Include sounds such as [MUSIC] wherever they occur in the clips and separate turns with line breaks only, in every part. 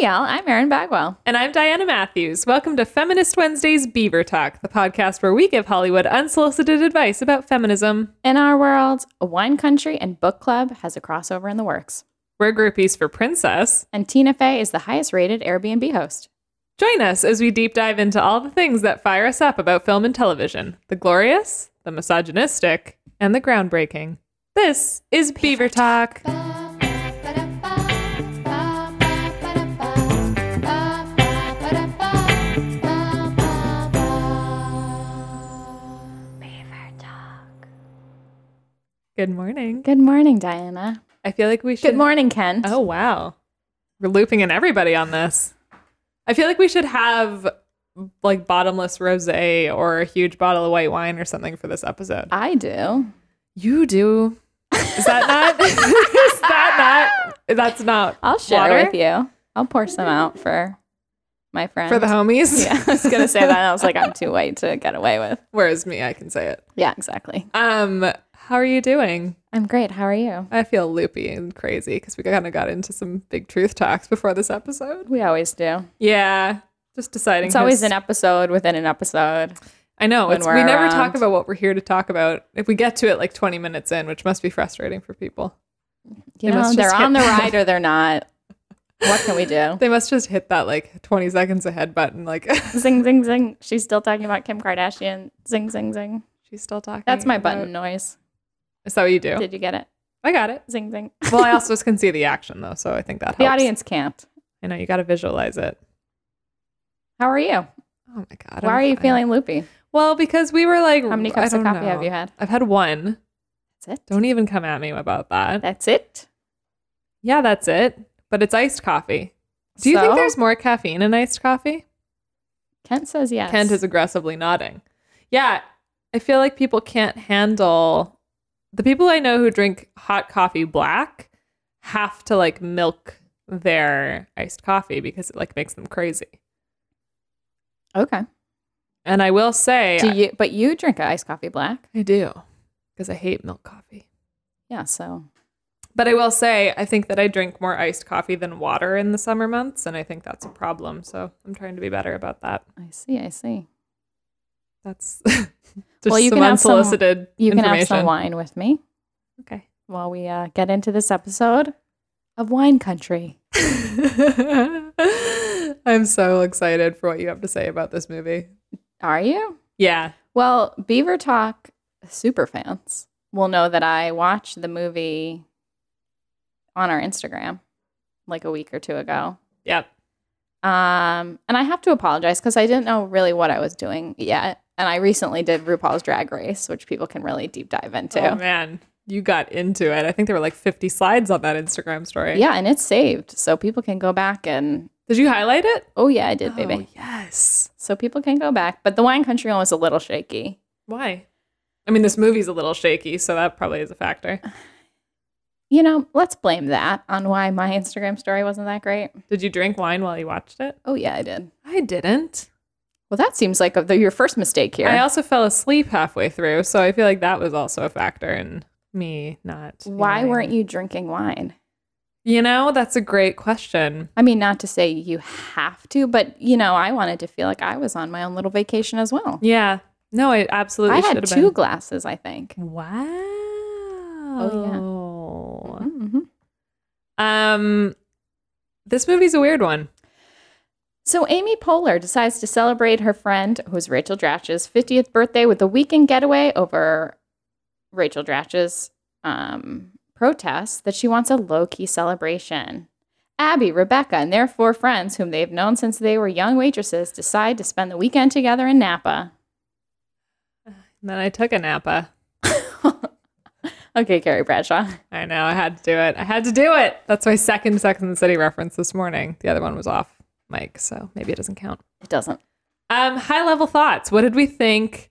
y'all, I'm Erin Bagwell.
And I'm Diana Matthews. Welcome to Feminist Wednesday's Beaver Talk, the podcast where we give Hollywood unsolicited advice about feminism.
In our world, a wine country and book club has a crossover in the works.
We're groupies for Princess.
And Tina Fey is the highest rated Airbnb host.
Join us as we deep dive into all the things that fire us up about film and television the glorious, the misogynistic, and the groundbreaking. This is Beaver, Talk. Good morning.
Good morning, Diana.
I feel like we should.
Good morning, Ken.
Oh, wow. We're looping in everybody on this. I feel like we should have like bottomless rose or a huge bottle of white wine or something for this episode.
I do.
You do. Is
[LAUGHS]
that not? is that not? That's not.
I'll share
water
with you. I'll pour some out for my friend.
For the
[LAUGHS]
homies?
yeah, I was
[LAUGHS]
going to say that. I was like, [LAUGHS] I'm too white to get away with.
Whereas me, I can say it.
Yeah, exactly.
Um, how are you doing?
I'm great. How are you?
I feel loopy and crazy because we kind of got into some big truth talks before this episode.
We always do.
Yeah, just deciding.
It's always
who's-
an episode within an episode.
I know.
when
It's,
we're
we never
around.
talk about what we're here to talk about. If we get to it like 20 minutes in, which must be frustrating for people,
You
They
know,
must
they're
just hit
on the
that.
ride or they're not. What can we [LAUGHS] do?
they must just hit that like 20 seconds ahead button. Like [LAUGHS]
zing, zing, zing. She's still talking about Kim Kardashian. Zing, zing, zing.
she's still talking.
That's my
about-
button noise.
Is that what you do?
Did you get it?
I got it.
Zing, zing.
Well, I also can see the action though, so I think that helps.
The audience can't.
I know you got to visualize it.
How are you?
Oh my god.
Why
I'm
are you
fine.
feeling loopy?
Well, because we were like,
How many
I
cups of
don't
coffee have
know.
you had?
I've had one.
That's it.
Don't even come at me about that.
That's it.
Yeah, that's it. But it's iced coffee. Do you think
So?
there's more caffeine in iced coffee?
Kent says yes.
Kent is aggressively nodding. Yeah, I feel like people can't handle the people I know who drink hot coffee black have to like milk their iced coffee because it like makes them crazy.
okay.
And I will say
Do you? But you drink iced coffee black.
I do because I hate milk coffee.
Yeah. So
But I will say, I think that I drink more iced coffee than water in the summer months, and I think that's a problem. So I'm trying to be better about that.
I see. I see.
That's [LAUGHS] just
Well, you
some
can have some-
unsolicited
You can
information.
have some wine with me while we uh, get into this episode of Wine Country.
Okay. [LAUGHS] I'm so excited for what you have to say about this movie.
Are you?
Yeah.
Well, Beaver Talk super fans will know that I watched the movie on our Instagram like a week or two ago.
Yep.
Um, and I have to apologize because I didn't know really what I was doing yet. And I recently did RuPaul's Drag Race, which people can really deep dive into.
Oh man, you got into it. I think there were like 50 slides on that Instagram story.
yeah, and it's saved. So people can go back and,
Did you highlight it?
oh, yeah, I did, baby.
Oh, yes.
So people can go back. But the Wine Country one was a little shaky.
Why? I mean, this movie's a little shaky, so that probably is a factor.
You know, let's blame that on why my Instagram story wasn't that great.
Did you drink wine while you watched it?
Oh, yeah, I did.
I didn't.
Well, that seems like a, the, your first mistake here.
I also fell asleep halfway through, so I feel like that was also a factor in me not.
Why
feeling-
weren't you drinking wine?
You know, that's a great question.
I mean, not to say you have to, but you know, I wanted to feel like I was on my own little vacation as well.
Yeah. No, it absolutely
I
should
had
have
two
been.
glasses, I think.
Wow.
Mhm, mhm.
Um, this movie's a weird one.
So Amy Poehler decides to celebrate her friend, who's Rachel Dratch's 50th birthday, with a weekend getaway over Rachel Dratch's um, protest that she wants a low key celebration. Abby, Rebecca, and their four friends, whom they've known since they were young waitresses, decide to spend the weekend together in Napa.
And then I took a Napa.
Okay, Carrie Bradshaw. [LAUGHS]
I know I had to do it. I had to do it. That's my second Sex and the City reference this morning. The other one was off mic, so maybe it doesn't count.
It doesn't.
Um, high level thoughts. What did we think?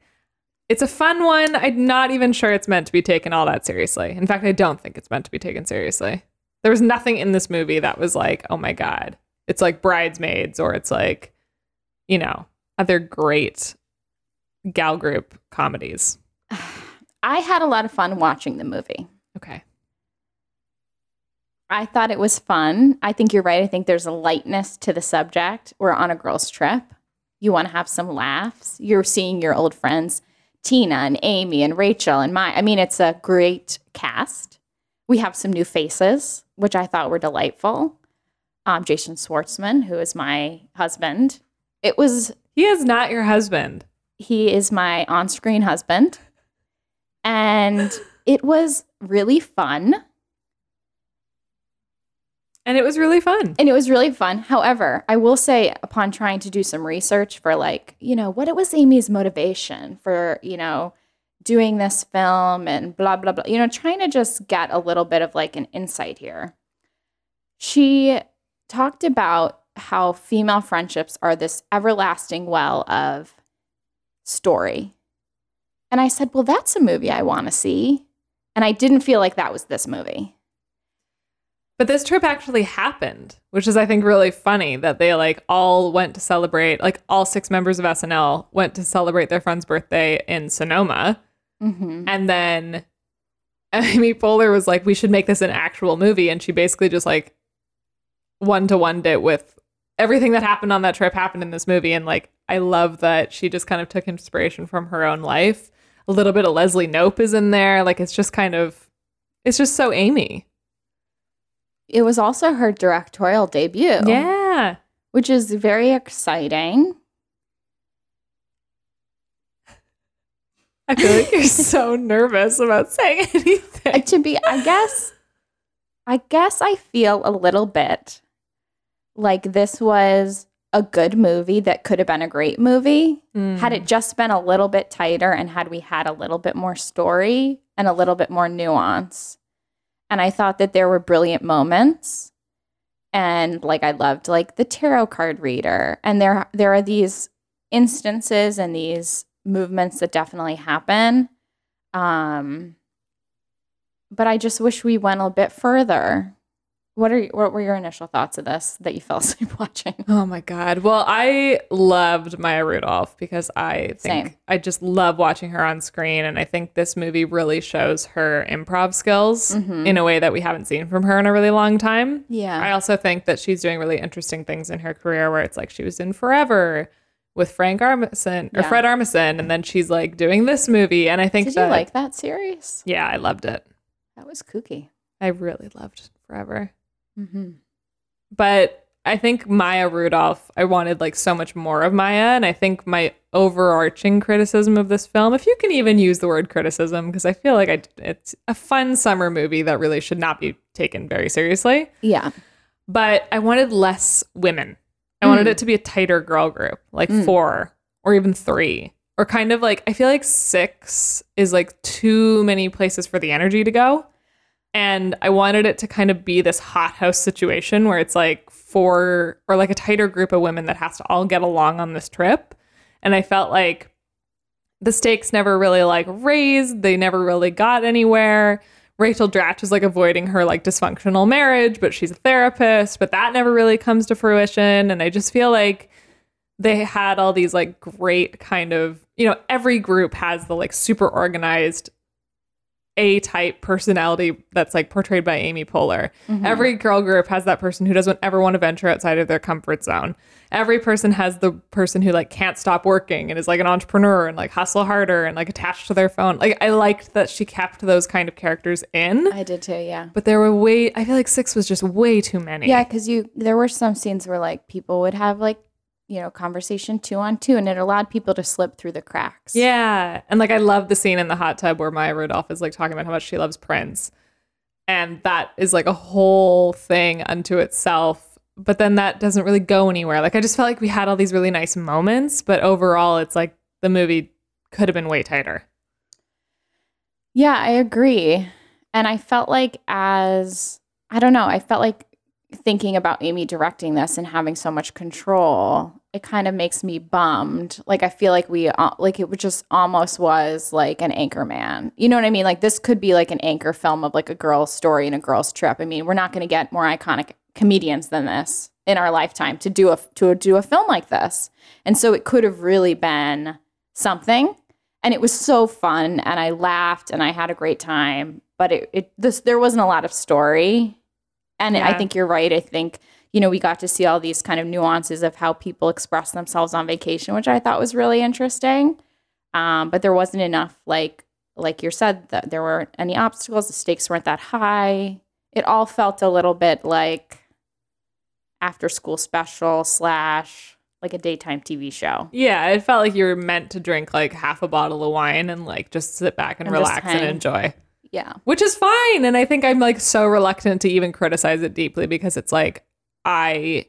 It's a fun one. I'm not even sure it's meant to be taken all that seriously. In fact, I don't think it's meant to be taken seriously. There was nothing in this movie that was like, oh my God, it's like Bridesmaids or it's like, you know, other great gal group comedies.
I had a lot of fun watching the movie.
Okay.
I thought it was fun. I think you're right. I think there's a lightness to the subject. We're on a girls' trip. You want to have some laughs. You're seeing your old friends, Tina and Amy and Rachel and my. I mean, it's a great cast. We have some new faces, which I thought were delightful. Um, Jason Schwartzman, who is my husband. It was
He is not your husband.
he is my on screen husband. And it was really fun.
And it was really fun.
And it was really fun. However, I will say, upon trying to do some research for like, you know, what it was Amy's motivation for, you know, doing this film and blah, blah, blah, you know, trying to just get a little bit of like an insight here. She talked about how female friendships are this everlasting well of story. And I said, well, that's a movie I want to see. And I didn't feel like that was this movie.
But this trip actually happened, which is I think really funny that they like all went to celebrate, like all six members of SNL went to celebrate their friend's birthday in Sonoma.
Mm-hmm.
And then [LAUGHS] Amy Poehler was like, we should make this an actual movie. And she basically just like one to one it with everything that happened on that trip happened in this movie. And like, I love that she just kind of took inspiration from her own life. A little bit of Leslie Nope is in there. Like, it's just kind of, it's just so Amy.
It was also her directorial debut.
Yeah.
Which is very exciting.
I feel like you're so nervous about saying [LAUGHS] anything.
Uh, to be, I guess, I guess I feel a little bit like this was a good movie that could have been a great movie had it just been a little bit tighter and had we had a little bit more story and a little bit more nuance. And I thought that there were brilliant moments. And like I loved like the tarot card reader. And there there are these instances and these movements that definitely happen. Um but I just wish we went a bit further. What are what were your initial thoughts of this that you fell asleep [LAUGHS] watching?
Oh my god. Well, I loved Maya Rudolph because I think
Same.
I just love watching her on screen and I think this movie really shows her improv skills
Mhm.
in a way that we haven't seen from her in a really long time.
Yeah.
I also think that she's doing really interesting things in her career where it's like she was in Forever with Frank Armisen or
Yeah.
Fred Armisen and then she's like doing this movie and I think
Did you
that
like that series?
Yeah, I loved it.
That was kooky.
I really loved Forever.
Mm-hmm.
but I think Maya Rudolph, I wanted like so much more of Maya. And I think my overarching criticism of this film, if you can even use the word criticism, because I feel like I, it's a fun summer movie that really should not be taken very seriously.
Yeah.
But I wanted less women. I wanted
Mm.
it to be a tighter girl group, like
Mm.
four or even three, or kind of like, I feel like six is like too many places for the energy to go. And I wanted it to kind of be this hothouse situation where it's like four or like a tighter group of women that has to all get along on this trip. And I felt like the stakes never really like raised, they never really got anywhere. Rachel Dratch is like avoiding her like dysfunctional marriage, but she's a therapist, but that never really comes to fruition. And I just feel like they had all these like great kind of, you know, every group has the like super organized A type personality that's like portrayed by Amy Poehler. Every girl group has that person who doesn't ever want to venture outside of their comfort zone. Every person has the person who like can't stop working and is like an entrepreneur and like hustle harder and like attached to their phone. Like I liked that she kept those kind of characters in.
I did too, yeah.
But there were way I feel like six was just way too many.
Yeah, because you there were some scenes where like people would have like, you know, conversation two on two and it allowed people to slip through the cracks.
Yeah. And like I love the scene in the hot tub where Maya Rudolph is like talking about how much she loves Prince. And that is like a whole thing unto itself. But then that doesn't really go anywhere. Like I just felt like we had all these really nice moments, but overall it's like the movie could have been way tighter.
Yeah, I agree. And I felt like as I don't know, I felt like thinking about Amy directing this and having so much control, it kind of makes me bummed. Like I feel like we uh, like it was just almost was like an anchor man. You know what I mean? Like this could be like an anchor film of like a girl's story and a girl's trip. I mean, we're not going to get more iconic comedians than this in our lifetime to do a to do a film like this. And so it could have really been something and it was so fun and i laughed and i had a great time but it, it this there wasn't a lot of story And I
Yeah.
think you're right. I think, you know, we got to see all these kind of nuances of how people express themselves on vacation, which I thought was really interesting. Um, but there wasn't enough, like, like you said, that there weren't any obstacles. The stakes weren't that high. It all felt a little bit like after school special slash like a daytime TV show.
Yeah, it felt like you were meant to drink like half a bottle of wine and like just sit back and,
And just
relax and
hang.
enjoy,
Yeah.
which is fine. And I think I'm like so reluctant to even criticize it deeply because it's like I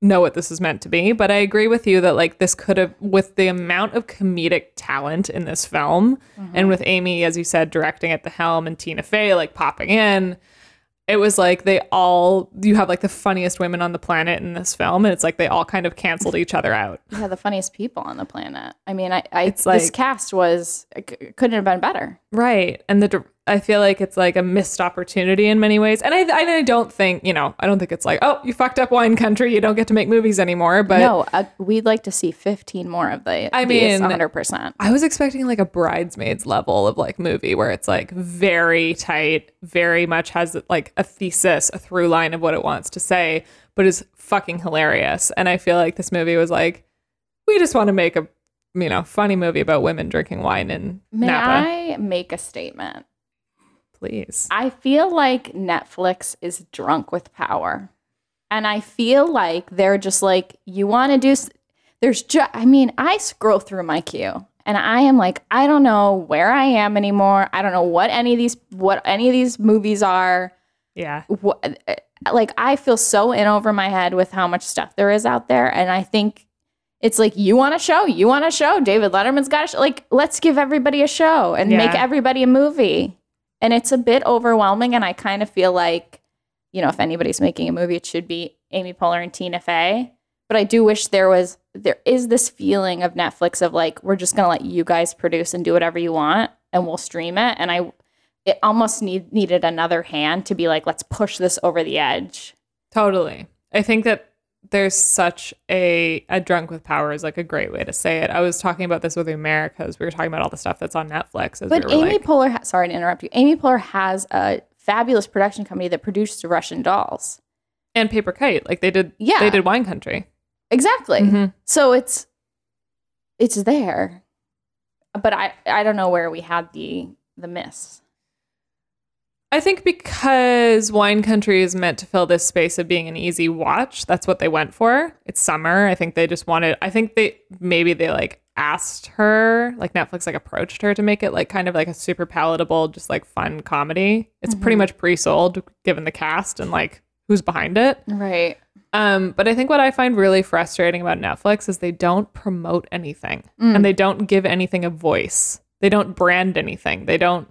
know what this is meant to be, but I agree with you that like this could have with the amount of comedic talent in this film and with Amy as you said directing at the helm and Tina Fey like popping in, it was like they all you have like the funniest women on the planet in this film and it's like they all kind of canceled each other out.
Yeah, the funniest people on the planet. I mean, I, I
It's
this
like-
cast was it c- it couldn't have been better.
Right. And the dir- I feel like it's like a missed opportunity in many ways. And I and I don't think, you know, I don't think it's like, oh, you fucked up wine country, you don't get to make movies anymore, but
no, uh, we'd like to see 15 more of the.
I
these,
mean-
100%.
I was expecting like a bridesmaids level of like movie where it's like very tight, very much has like a thesis, a through line of what it wants to say, but is fucking hilarious. And I feel like this movie was like, we just want to make a you know funny movie about women drinking wine in
May
Napa,
I make a statement?
please.
I feel like Netflix is drunk with power. And I feel like they're just like, you want to do. s- There's just, I mean, I scroll through my queue and I am like, I don't know where I am anymore. I don't know what any of these, what any of these movies are.
Yeah,
what like I feel so in over my head with how much stuff there is out there, and I think it's like you want a show, you want a show. David Letterman's got a show. Like let's give everybody a show and make
Yeah.
everybody a movie. And it's a bit overwhelming, and I kind of feel like you know if anybody's making a movie, it should be Amy Poehler and Tina Fey. But I do wish there was there is this feeling of Netflix of like we're just gonna let you guys produce and do whatever you want, and we'll stream it. And I it almost need, needed another hand to be like, let's push this over the edge.
Totally. I think that there's such a a drunk with power is like a great way to say it. I was talking about this with Americas. We were talking about all the stuff that's on Netflix. As
But
we were
Amy
like,
Poehler, ha- sorry to interrupt you. Amy Poehler has a fabulous production company that produced Russian Dolls.
and Paper Kite, like they did.
Yeah.
they did Wine Country.
Exactly.
Mhm.
So it's it's there, but I I don't know where we had the the miss.
I think because Wine Country is meant to fill this space of being an easy watch, that's what they went for. It's summer. I think they just wanted. I think they maybe they like asked her, like Netflix, like approached her to make it like kind of like a super palatable, just like fun comedy. It's pretty
Mhm.
much pre-sold given the cast and like who's behind it.
Right.
Um, but I think what I find really frustrating about Netflix is they don't promote anything
Mm.
and they don't give anything a voice. They don't brand anything. They don't.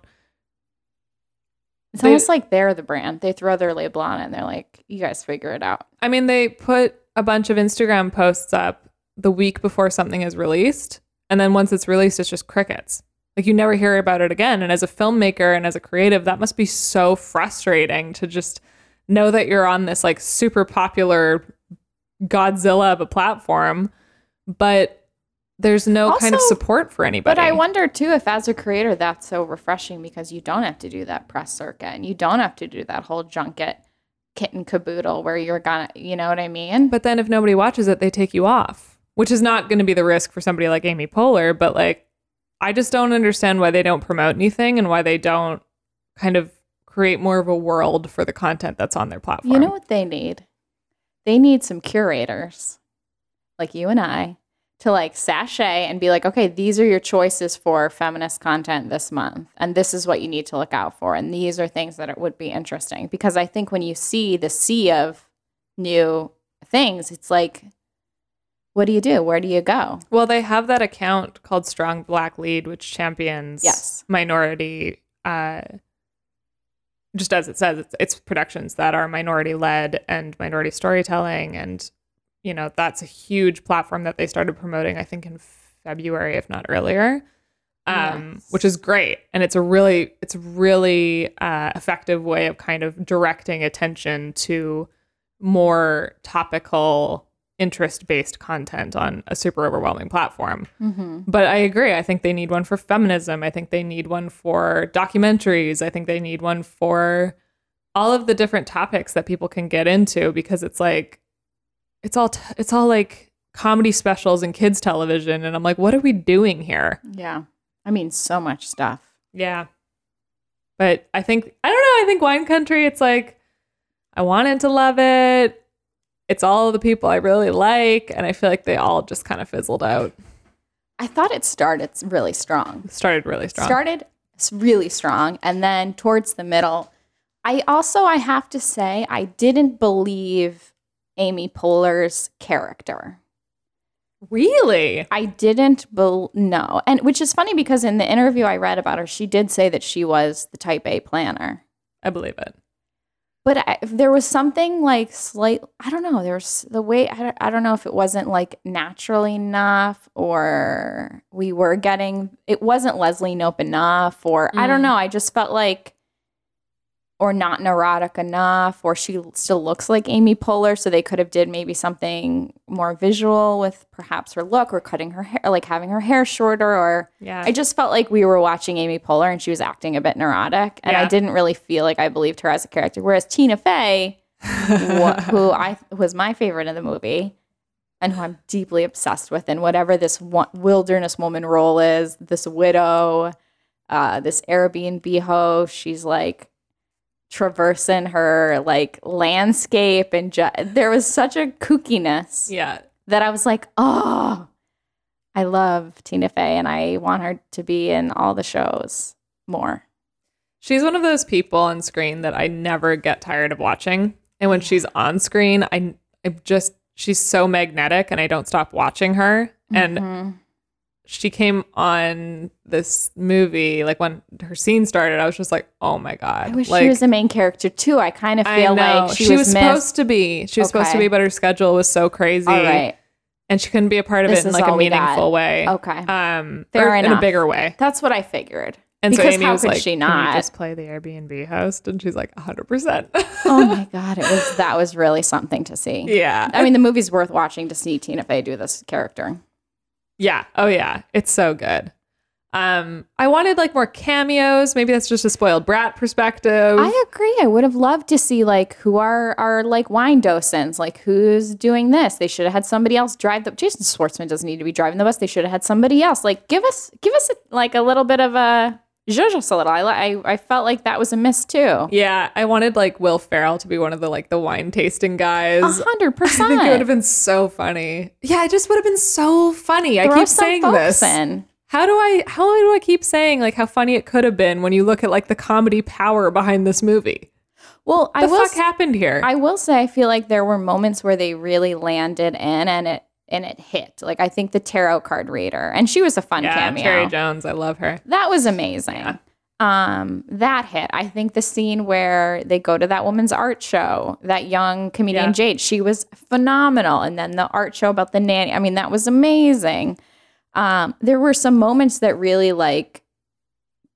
It's
They-
almost like they're the brand. They throw their label on it and they're like, you guys figure it out.
I mean, they put a bunch of Instagram posts up the week before something is released. And then once it's released, it's just crickets. Like you never hear about it again. And as a filmmaker and as a creative, that must be so frustrating to just know that you're on this like super popular Godzilla of a platform, but there's no kind of
Also-
support for anybody.
But I wonder too if, as a creator, that's so refreshing because you don't have to do that press circuit and you don't have to do that whole junket kit and caboodle where you're gonna, you know what I mean?
But then if nobody watches it, they take you off, which is not going to be the risk for somebody like Amy Poehler. But like, I just don't understand why they don't promote anything and why they don't kind of create more of a world for the content that's on their platform.
you know what they need? They need some curators like you and I to like sachet and be like, okay, these are your choices for feminist content this month. And this is what you need to look out for. And these are things that it would be interesting. Because I think when you see the sea of new things, it's like, what do you do? Where do you go?
Well, they have that account called Strong Black Lead, which champions
Yes.
minority. Uh, just as it says, it's, it's productions that are minority led and minority storytelling, and you know that's a huge platform that they started promoting. I think in February, if not earlier, um,
Yes.
which is great, and it's a really it's really uh, effective way of kind of directing attention to more topical interest based content on a super overwhelming platform.
Mm-hmm.
But I agree. I think they need one for feminism. I think they need one for documentaries. I think they need one for all of the different topics that people can get into because it's like it's all t- it's all like comedy specials and kids television and I'm like what are we doing here?
Yeah. I mean, so much stuff.
Yeah. But I think I don't know, I think wine country it's like I wanted to love it. It's all the people I really like and I feel like they all just kind of fizzled out.
I thought it started really strong.
Started really strong.
Started s- really strong and then towards the middle I also I have to say I didn't believe Amy Poehler's character.
really?
I didn't bel no. And which is funny because in the interview I read about her, she did say that she was the type A planner.
I believe it.
But I, if there was something like slight, I don't know, there's the way, I don't, I don't know if it wasn't like natural enough or we were getting, it wasn't Leslie Nope enough or I don't
Mm.
know. I just felt like, or not neurotic enough or she still looks like Amy Poehler. So they could have did maybe something more visual with perhaps her look or cutting her hair, like having her hair shorter or
Yeah.
I just felt like we were watching Amy Poehler and she was acting a bit neurotic, and I
Yeah.
didn't really feel like I believed her as a character. Whereas Tina Fey,
[LAUGHS]
wh- who I was my favorite in the movie, and who I'm deeply obsessed with, and whatever this wa- wilderness woman role is, this widow, uh, this Airbnb ho, she's like traversing her like landscape, and ju- there was such a kookiness
yeah.
that I was like, oh, I love Tina Fey and I want her to be in all the shows more.
She's one of those people on screen that I never get tired of watching. And when she's on screen, I, I just, she's so magnetic and I don't stop watching her. And
Mhm.
she came on this movie, like when her scene started, I was just like, oh my God.
I wish
like,
she was the main character too. I kind of feel
know.
like she, was, missed.
supposed to be. She was supposed to
Okay.
be, but her schedule was so crazy.
all right.
And she couldn't be a part of
This
it in
is
like a
all we got.
meaningful way.
Okay.
Um,
Fair
or In
enough.
a bigger way.
That's what I
[LAUGHS]
figured.
And
Because
so Amy
how
was
could
like,
she
Can
not?"
you just play the Airbnb host? And she's like, 100%.
Oh my God. It was that was really something to see.
[LAUGHS] yeah.
I mean, the movie's worth watching to see Tina Fey do this character.
Yeah. Oh yeah. It's so good. Um, I wanted like more cameos. Maybe that's just a spoiled brat perspective.
I agree. I would have loved to see like who are are like wine docents, like who's doing this. They should have had somebody else drive the. Jason Schwartzman doesn't need to be driving the bus. They should have had somebody else. Like give us give us a, like a little bit of a Jojo a little. I, li- I I felt like that was a miss too.
yeah, I wanted like Will Ferrell to be one of the like the wine tasting guys.
A hundred
[LAUGHS] I think it would have
percent.
been so funny. Yeah, it just would have been so funny. I
Throw
keep
some
saying
folks
this.
in.
How do I how do I keep saying like how funny it could have been when you look at like the comedy power behind this movie?
Well,
The
I will.
fuck happened here?
I will say I feel like there were moments where they really landed in and it and it hit. Like I think the tarot card reader, and she was a fun
yeah,
cameo.
Cherry Jones, I love her.
That was amazing. Um, that hit. I think the scene where they go to that woman's art show, that young comedian
Yeah.
Jade, she was phenomenal. And then the art show about the nanny. I mean, that was amazing. Um, there were some moments that really like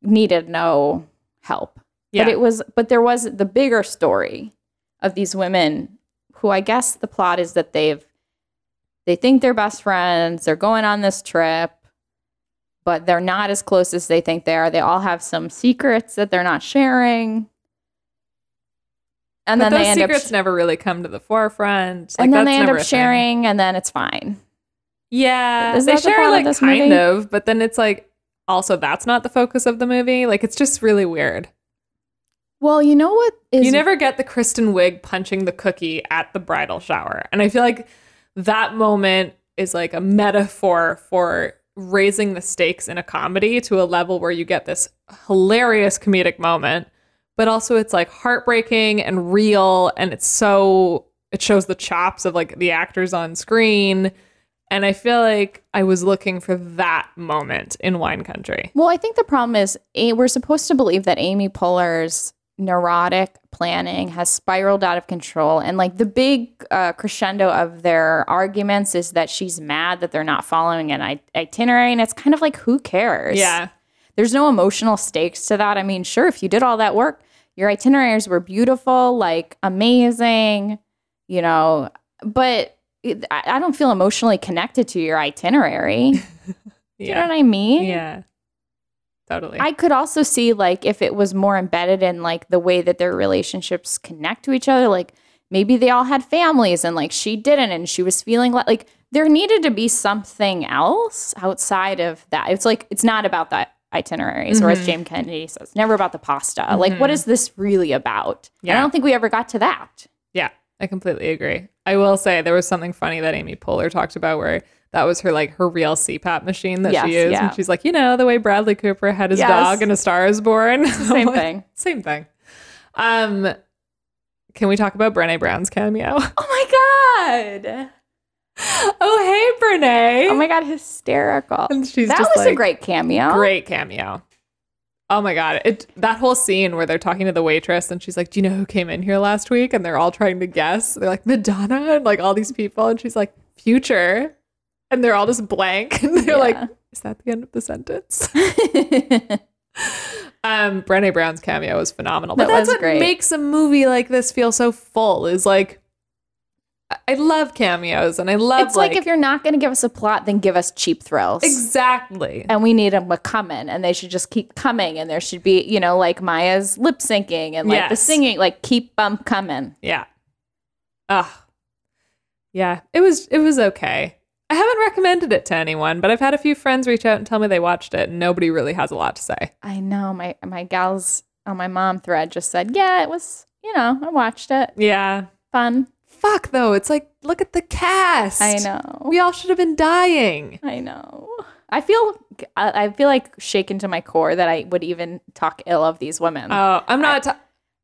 needed no help.
Yeah.
But it was but there was the bigger story of these women who I guess the plot is that they've they think they're best friends, they're going on this trip, but they're not as close as they think they are. They all have some secrets that they're not sharing. And
but
then
those
they end up
secrets never really come to the forefront. Like,
and then
that's
they end
never
up
a thing.
sharing and then it's fine.
Yeah,
Is
they
that the
share
plot of
like
this
kind
movie?
of, but then it's like also that's not the focus of the movie. Like it's just really weird.
Well, you know what is
you never get the Kristen Wiig punching the cookie at the bridal shower, and I feel like that moment is like a metaphor for raising the stakes in a comedy to a level where you get this hilarious comedic moment, but also it's like heartbreaking and real, and it's so it shows the chops of like the actors on screen. And I feel like I was looking for that moment in Wine Country.
Well, I think the problem is eh, we're supposed to believe that Amy Poehler's neurotic planning has spiraled out of control, and like the big uh, crescendo of their arguments is that she's mad that they're not following an it- itinerary, and it's kind of like who cares?
Yeah.
there's no emotional stakes to that. I mean, sure, if you did all that work, your itineraries were beautiful, like amazing, you know, but it, I I don't feel emotionally connected to your itinerary. Do you know
Yeah.
what I mean?
Yeah. Totally.
I could also see like if it was more embedded in like the way that their relationships connect to each other, like maybe they all had families and like she didn't and she was feeling like like there needed to be something else outside of that. It's like it's not about that itineraries, or as
Mhm.
James Kennedy says, never about the pasta. Like what
Mhm.
is this really about? And
Yeah.
I don't think we ever got to
[LAUGHS]
that.
I completely agree. I will say there was something funny that Amy Poehler talked about where that was her like her real CPAP machine that
Yes,
she used,
yeah.
and she's like, you know, the way Bradley Cooper had his
Yes.
dog in A Star Is Born. [LAUGHS]
Same thing.
Same thing. Um, can we talk about Brené Brown's cameo?
Oh my god.
oh hey, Brené.
Oh my god, hysterical.
[LAUGHS] and she's
that
just
was a
like,
great cameo.
great cameo. Oh my god! It that whole scene where they're talking to the waitress and she's like, "Do you know who came in here last week?" And they're all trying to guess. They're like Madonna and like all these people, and she's like Future, and they're all just blank. [LAUGHS] And they're
Yeah.
like, "Is that the end of the sentence?"
[LAUGHS]
um, Brené Brown's cameo was phenomenal. But
That
that's
was
what
great.
makes a movie like this feel so full. Is like, I- I love cameos, and I love
It's like, if you're not going to give us a plot, then give us cheap thrills.
exactly
And we need them to come in, and they should just keep coming. And there should be, you know, like Maya's lip syncing and like the
Yes.
singing, like keep them coming.
Yeah. Ugh. Yeah. It was it was okay. I haven't recommended it to anyone, but I've had a few friends reach out and tell me they watched it and nobody really has a lot to say.
I know my my gals on my mom thread just said, yeah, it was, you know, I watched it,
Yeah.
fun.
Fuck though. It's like look at the cast.
I know,
We all should have been dying.
I know. I feel I I feel like shaken to my core that I would even talk ill of these women,
Oh, I'm not t-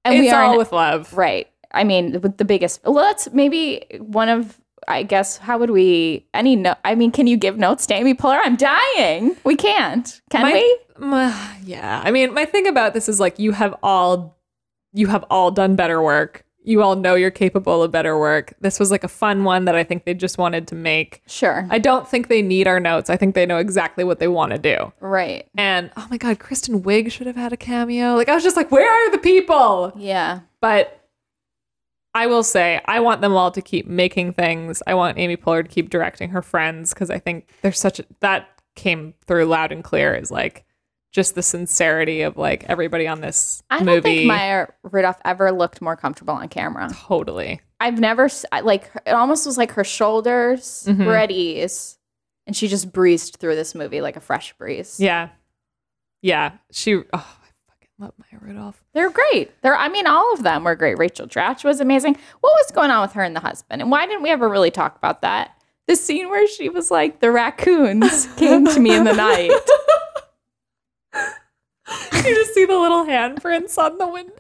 and
it's
we are
all
an
with love.
Right. I mean, with the biggest. Well, that's maybe one of. I guess how would we? Any no? I mean, can you give notes to Amy Poehler? I'm dying. We can't. Can
My-
we?
Mm, yeah. I mean, my thing about this is like you have all you have all done better work. You all know you're capable of better work. This was like a fun one that I think they just wanted to make.
Sure.
I don't think they need our notes. I think they know exactly what they want to do.
right.
And oh my God, Kristen Wiig should have had a cameo. Like I was just like, where are the people?
Yeah.
But I will say, I want them all to keep making things. I want Amy Poehler to keep directing her friends because I think there's such a, that came through loud and clear is like just the sincerity of like everybody on this
I don't
movie.
think Maya Rudolph ever looked more comfortable on camera.
totally.
I've never s- I- like it. Almost was like her shoulders
Mhm.
were at ease, and she just breezed through this movie like a fresh breeze.
Yeah. Yeah. She, oh, I fucking love Maya
[LAUGHS]
Rudolph.
They're great. They're I mean, all of them were great. Rachel Dratch was amazing. What was going on with her and the husband? And why didn't we ever really talk about that? The scene where she was like, the raccoons came to me in the night.
you just see the little handprints on the window.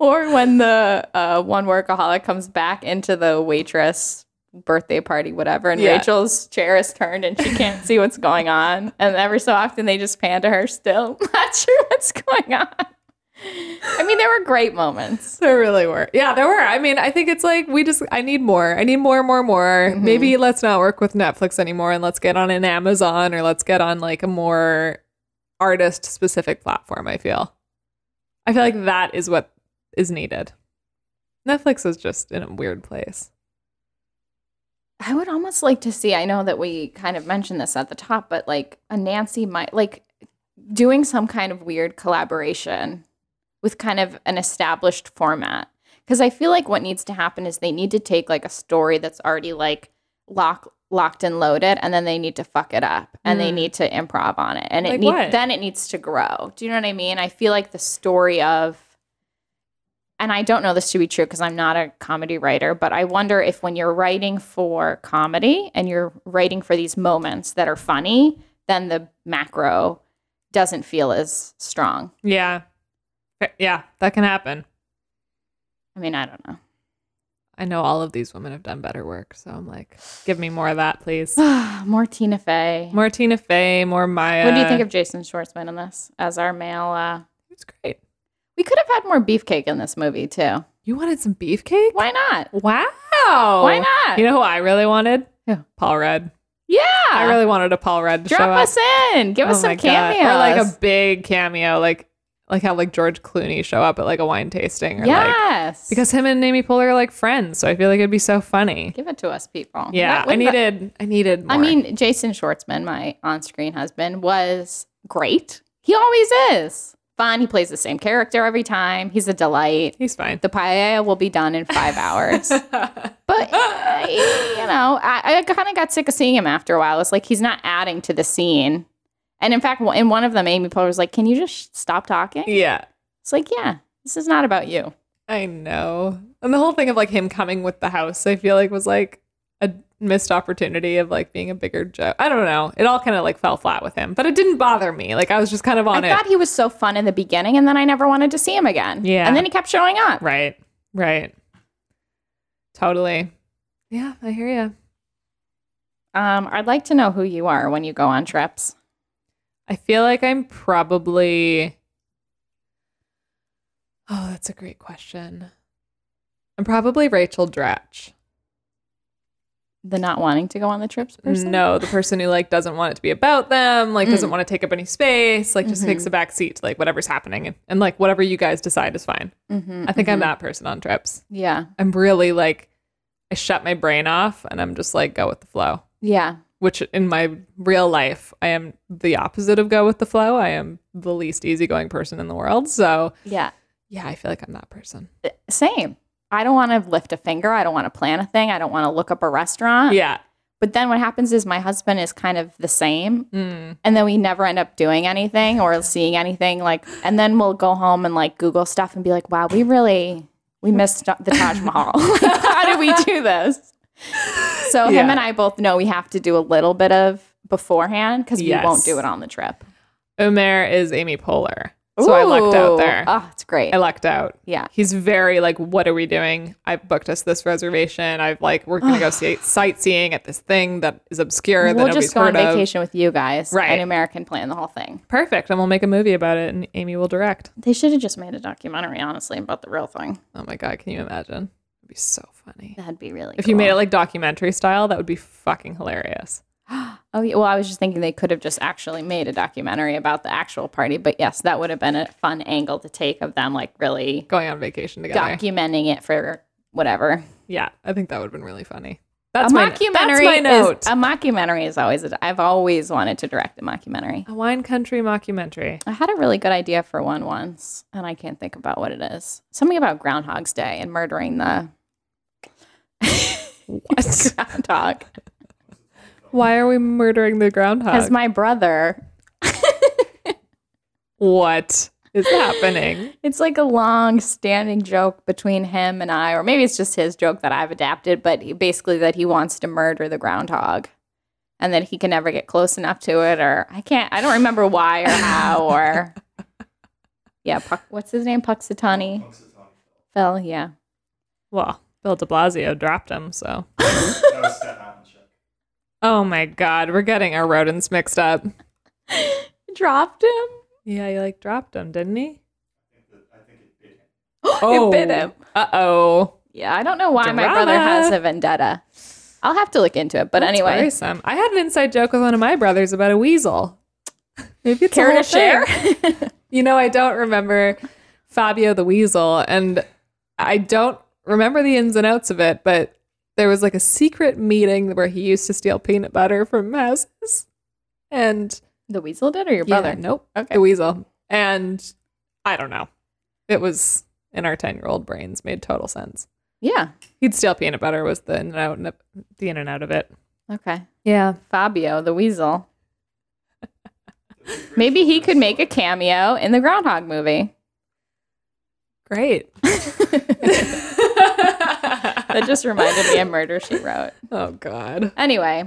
Or when the uh, one workaholic comes back into the waitress birthday party, whatever, and
Yeah.
Rachel's chair is turned and she can't see what's going on. And every so often they just pan to her still, [LAUGHS] not sure what's going on. I mean, there were great moments.
[LAUGHS] There really were. Yeah, there were. I mean, I think it's like we just I need more. I need more, more, more. Maybe let's not work with Netflix anymore and let's get on an Amazon or let's get on like a more artist specific platform, I feel. I feel like that is what is needed. Netflix is just in a weird place.
I would almost like to see. I know that we kind of mentioned this at the top, but like a Nancy might like doing some kind of weird collaboration with kind of an established format. Because I feel like what needs to happen is they need to take like a story that's already like lock, locked and loaded, and then they need to fuck it up and they
Mm.
need to improv on it, and it
Like
need,
what?
then it needs to grow. Do you know what I mean? I feel like the story of and I don't know this to be true because I'm not a comedy writer, but I wonder if when you're writing for comedy and you're writing for these moments that are funny, then the macro doesn't feel as strong.
Yeah. Yeah, that can happen.
I mean, I don't know.
I know all of these women have done better work, so I'm like, give me [SIGHS] more of that, [LAUGHS] please.
More Tina Fey.
More Tina Fey, more Maya.
what do you think of Jason Schwartzman in this as our male? Uh,
It's great.
we could have had more beefcake in this movie too.
You wanted some beefcake?
Why not?
Wow.
Why not?
You know who I really wanted?
Who?
Paul Rudd.
yeah.
I really wanted a Paul Rudd to show
Drop us
up.
in. Give us
Oh
some
my God.
cameos.
Or like a big cameo, like like how like George Clooney show up at like a wine tasting or like
yes.
because him and Amy Poehler are like friends, so I feel like it'd be so funny.
give it to us, people.
Yeah.
That
I
wouldn't that-
needed I needed more.
I mean, Jason Schwartzman, my on screen husband, was great. He always is fun. He plays the same character every time. He's a delight.
He's
[LAUGHS]
fine.
The paella will be done in
[LAUGHS]
five hours. But uh, you know, I, I kind of got sick of seeing him after a while. It's like he's not adding to the scene. And in fact, in one of them, Amy Poehler was like, "Can you just sh- stop talking?"
yeah,
It's like, yeah, this is not about you.
I know. And the whole thing of like him coming with the house, I feel like was like a missed opportunity of like being a bigger joke. I don't know. It all kind of like fell flat with him, but it didn't bother me. Like I was just kind of on
I
it.
thought he was so fun in the beginning, and then I never wanted to see him again.
Yeah.
and then he kept showing up.
Right. Right. Totally. Yeah, I hear you.
Um, I'd like to know who you are when you go on trips.
I feel like I'm probably. Oh, that's a great question. I'm probably Rachel Dratch.
The not wanting to go on the trips person. Mm.
No, the person who like doesn't want it to be about them, like doesn't want to take up any space, like just
Mhm.
takes a back seat to like whatever's happening and, and like whatever you guys decide is fine.
Mhm,
I think I'm
mhm.
that person on trips.
Mm-hmm. Yeah,
I'm really like I shut my brain off and I'm just like go with the flow.
yeah.
Which in my real life I am the opposite of go with the flow. I am the least easygoing person in the world. So
Yeah. Uh,
yeah, I feel like I'm that person.
Same. I don't want to lift a finger. I don't want to plan a thing. I don't want to look up a restaurant.
Yeah.
But then what happens is my husband is kind of the same.
Mm.
And then we never end up doing anything or seeing anything. Like, and then we'll go home and like Google stuff and be like, wow, we really, we missed
[LAUGHS]
the Taj Mahal. [LAUGHS] Like, how did we do this? So him
Yeah.
and I both know we have to do a little bit of beforehand because
Yes.
we won't do it on the trip.
Omer is Amy Poehler. So I lucked out
Ooh.
there.
Oh, it's great.
I lucked out.
yeah.
He's very like, what are we doing? I booked us this reservation. I've like, we're
[SIGHS]
gonna go see sightseeing at this thing that is obscure that
We'll
nobody's
just go on
heard of.
vacation with you guys.
Right.
And American plan the whole thing.
Perfect, and we'll make a movie about it, and Amy will direct.
They should have just made a documentary, honestly, about the real thing.
Oh my god, can you imagine? It'd be so funny.
That'd be really
If you made
cool.
it like documentary style, that would be fucking hilarious.
Oh, yeah. Well, I was just thinking they could have just actually made a documentary about the actual party. But yes, that would have been a fun angle to take of them, like really
Going on vacation together.
documenting it for whatever.
yeah, I think that would have been really funny.
a
That's my
mockumentary.
That's my note.
Is, a mockumentary is always, a, I've always wanted to direct a mockumentary.
a wine country mockumentary.
I had a really good idea for one once, and I can't think about what it is. Something about Groundhog's Day and murdering the
What?
[LAUGHS] groundhog.
Why are we murdering the groundhog?
Because my brother
what is happening?
It's like a long standing joke between him and I, or maybe it's just his joke that I've adapted, but he, basically that he wants to murder the groundhog and that he can never get close enough to it, or I can't, I don't remember why or how,
[LAUGHS]
or yeah, Puck, what's his name? Puxatani? Phil, yeah.
Well, Bill de Blasio dropped him, so.
That was Scott Hoppenschmidt.
Oh my god, we're getting our rodents mixed up.
Dropped him?
Yeah, he like dropped him, didn't [GASPS] he?
I think it did.
It bit him.
Uh oh.
Yeah, I don't know why my brother
Drama.
has a vendetta. I'll have to look into it, but anyway,
Worrisome. I had an inside joke with one of my brothers about a weasel. [LAUGHS] Maybe it's
care
a whole
to share?
thing. [LAUGHS] You know, I don't remember Fabio the weasel, and I don't remember the ins and outs of it, but there was like a secret meeting where he used to steal peanut butter from houses. And
the weasel did, or your
Yeah,
brother?
nope. Okay. The weasel. And I don't know. It was in our ten year old brains made total sense.
Yeah.
He'd steal peanut butter was the in and out and the in and out of it.
Okay.
Yeah.
Fabio the Weasel. Maybe he could make a cameo in the Groundhog movie.
[LAUGHS] Great.
That
[LAUGHS]
just reminded me of Murder She Wrote.
oh God.
Anyway,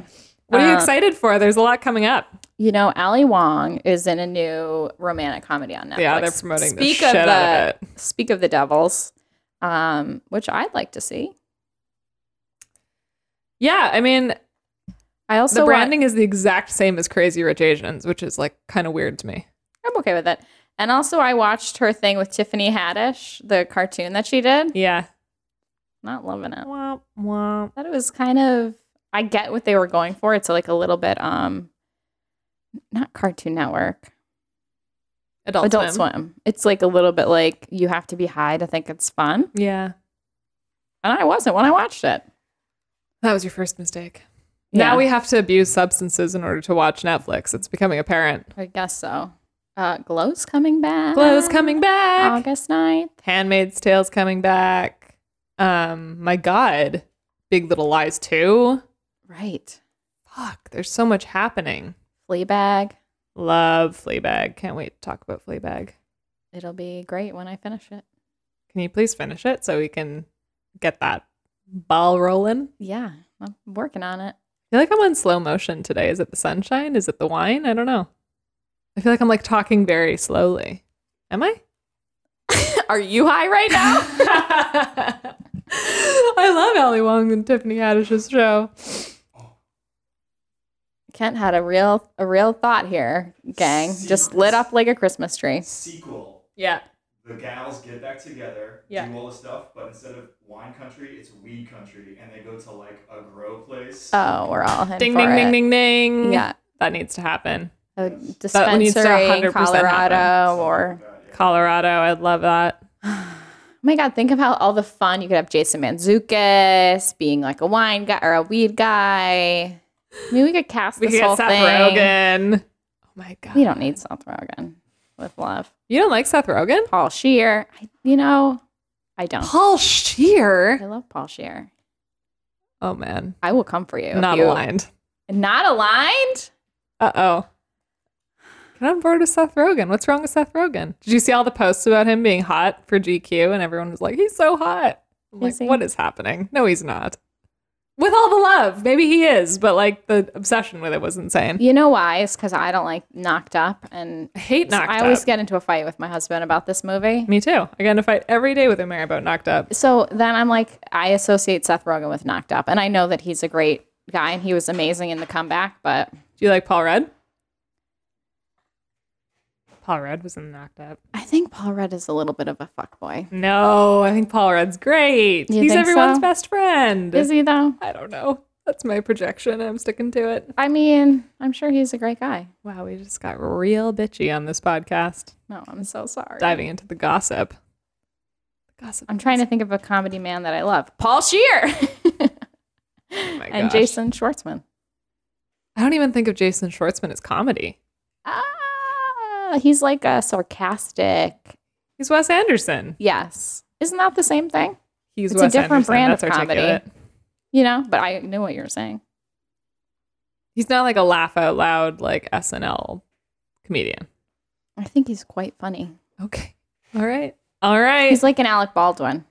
What are you
Uh,
excited for? There's a lot coming up.
you know, Ali Wong is in a new romantic comedy on Netflix.
Yeah, they're promoting the
Speak
shit
of the
out of it.
Speak of the Devils, um, which I'd like to see.
Yeah, I mean
I also
the
want-
branding is the exact same as Crazy Rich Asians, which is like kind of weird to me.
I'm okay with it. And also, I watched her thing with Tiffany Haddish, the cartoon that she did.
Yeah.
Not loving it.
Womp womp.
thought it was kind of I get what they were going for. It's like a little bit um not Cartoon Network.
Adult,
Adult
Swim.
Swim. It's like a little bit like you have to be high to think it's fun.
Yeah.
And I wasn't when I watched it.
That was your first mistake.
Yeah.
Now we have to abuse substances in order to watch Netflix. It's becoming apparent.
I guess so. Uh, Glow's coming back.
Glow's coming back.
August 9th.
Handmaid's Tale's coming back. Um, my God, Big Little Lies too.
Right.
Fuck, there's so much happening.
Fleabag.
Love Fleabag. Can't wait to talk about Fleabag.
It'll be great when I finish it.
Can you please finish it so we can get that ball rolling?
Yeah, I'm working on it.
I feel like I'm on slow motion today. Is it the sunshine? Is it the wine? I don't know. I feel like I'm like talking very slowly. Am I?
[LAUGHS] Are you high right
[LAUGHS] I love Ali Wong and Tiffany Haddish's show.
[LAUGHS] Kent had a real a real thought here, gang. Just lit up like a Christmas tree.
Sequel.
Yeah.
The gals get back together,
Yeah.
do all the stuff, but instead of wine country, it's weed country, and they go to like a grow place.
Oh, we're all in
Ding
for
ding
it.
ding ding ding.
Yeah,
That needs to happen.
a
That needs to
dispensary in
100% happen.
Colorado,
Something
or
like that, yeah.
Colorado, I'd love that.
Oh my God, think of how all the fun you could have Jason Manzukis being like a wine guy or a weed guy. I mean, we could cast
We
this
could
whole
get Seth
thing.
Rogen. Oh my god.
We don't need Seth Rogen with love.
You don't like Seth Rogen?
Paul Shear, I, you know, I don't.
Paul
I
Shear.
love Paul Shear.
Oh man.
I will come for you. if
Not
you,
aligned.
Not aligned?
Uh oh. Get on board with Seth Rogen. What's wrong with Seth Rogen? Did you see all the posts about him being hot for GQ and everyone was like, he's so hot? I'm like,
Is he?
what is happening? No, he's not. With all the love, maybe he is, but like the obsession with it was insane.
You know why? It's because I don't like knocked up, and
I hate
so
Knocked
I always
Up.
get into a fight with my husband about this movie.
Me too. I got in a fight every day with Amir about Knocked Up.
So then I'm like, I associate Seth Rogen with knocked up, and I know that he's a great guy and he was amazing in the comeback, but
Do you like Paul Rudd? Paul Rudd was in Knocked Up.
I think Paul Rudd is a little bit of a fuckboy.
No, I think Paul Rudd's great.
You
he's
think
everyone's
so?
best friend.
Is he though?
I don't know. That's my projection. I'm sticking to it.
I mean, I'm sure he's a great guy.
Wow, we just got real bitchy on this podcast,
No, I'm so sorry.
diving into the gossip. Gossip.
I'm trying to think of a comedy man that I love. Paul Shear
Oh my
and
gosh.
Jason Schwartzman.
I don't even think of Jason Schwartzman as comedy.
Ah, he's like a sarcastic.
He's Wes Anderson.
Yes. Isn't that the same thing?
He's
It's a
Wes
different
Anderson.
brand of
That's
comedy.
articulate.
You know, but I knew what you were saying.
He's not like a laugh out loud like SNL comedian.
I think he's quite funny.
Okay. All right. All right.
He's like an Alec Baldwin,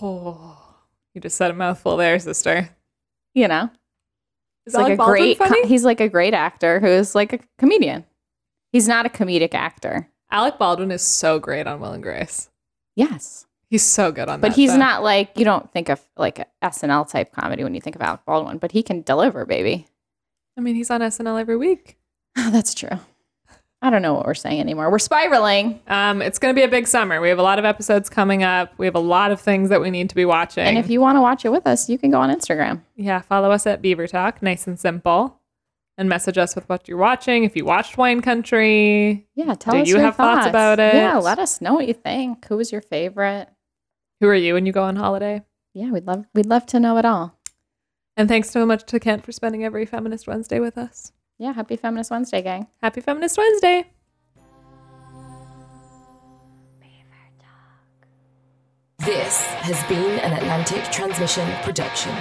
oh, you just said a mouthful there, sister.
you know.
Is
He's like
Alec
a
Baldwin
great co-
funny?
he's like a great actor who's like a comedian. He's not a comedic actor.
Alec Baldwin is so great on Will and Grace.
Yes.
He's so good on that.
But he's
show.
not like you don't think of like a SNL type comedy when you think of Alec Baldwin, but he can deliver,
[LAUGHS]
baby.
I mean, he's on SNL every week.
that's true. I don't know what we're saying anymore. We're spiraling.
Um, it's going to be a big summer. We have a lot of episodes coming up. We have a lot of things that we need to be watching.
And if you want to watch it with us, you can go on Instagram.
yeah, follow us at Beaver Talk, nice and simple, and message us with what you're watching. If you watched Wine Country,
Yeah, tell
Do
us
you
your
have thoughts about it?
Yeah, let us know what you think. Who was your favorite?
who are you when you go on holiday?
Yeah, we'd love we'd love to know it all.
And thanks so much to Kent for spending every Feminist Wednesday with us.
Yeah, happy Feminist Wednesday, gang.
Happy Feminist Wednesday.
This has been an Atlantic Transmission production.